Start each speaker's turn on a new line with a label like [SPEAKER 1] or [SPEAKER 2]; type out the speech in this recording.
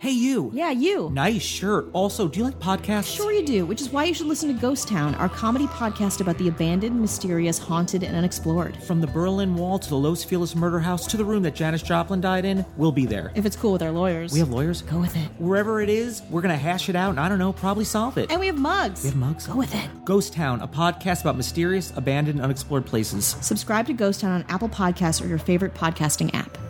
[SPEAKER 1] Hey, you.
[SPEAKER 2] Yeah, you.
[SPEAKER 1] Nice shirt. Also, do you like podcasts?
[SPEAKER 2] Sure, you do, which is why you should listen to Ghost Town, our comedy podcast about the abandoned, mysterious, haunted, and unexplored.
[SPEAKER 1] From the Berlin Wall to the Los Feliz murder house to the room that Janis Joplin died in, we'll be there.
[SPEAKER 2] If it's cool with our lawyers,
[SPEAKER 1] We have lawyers.
[SPEAKER 2] go with it.
[SPEAKER 1] Wherever it is, we're going to hash it out and I don't know, probably solve it.
[SPEAKER 2] And we have mugs.
[SPEAKER 1] we have mugs.
[SPEAKER 2] Go with it.
[SPEAKER 1] Ghost Town, a podcast about mysterious, abandoned, unexplored places.
[SPEAKER 2] Subscribe to Ghost Town on Apple Podcasts or your favorite podcasting app.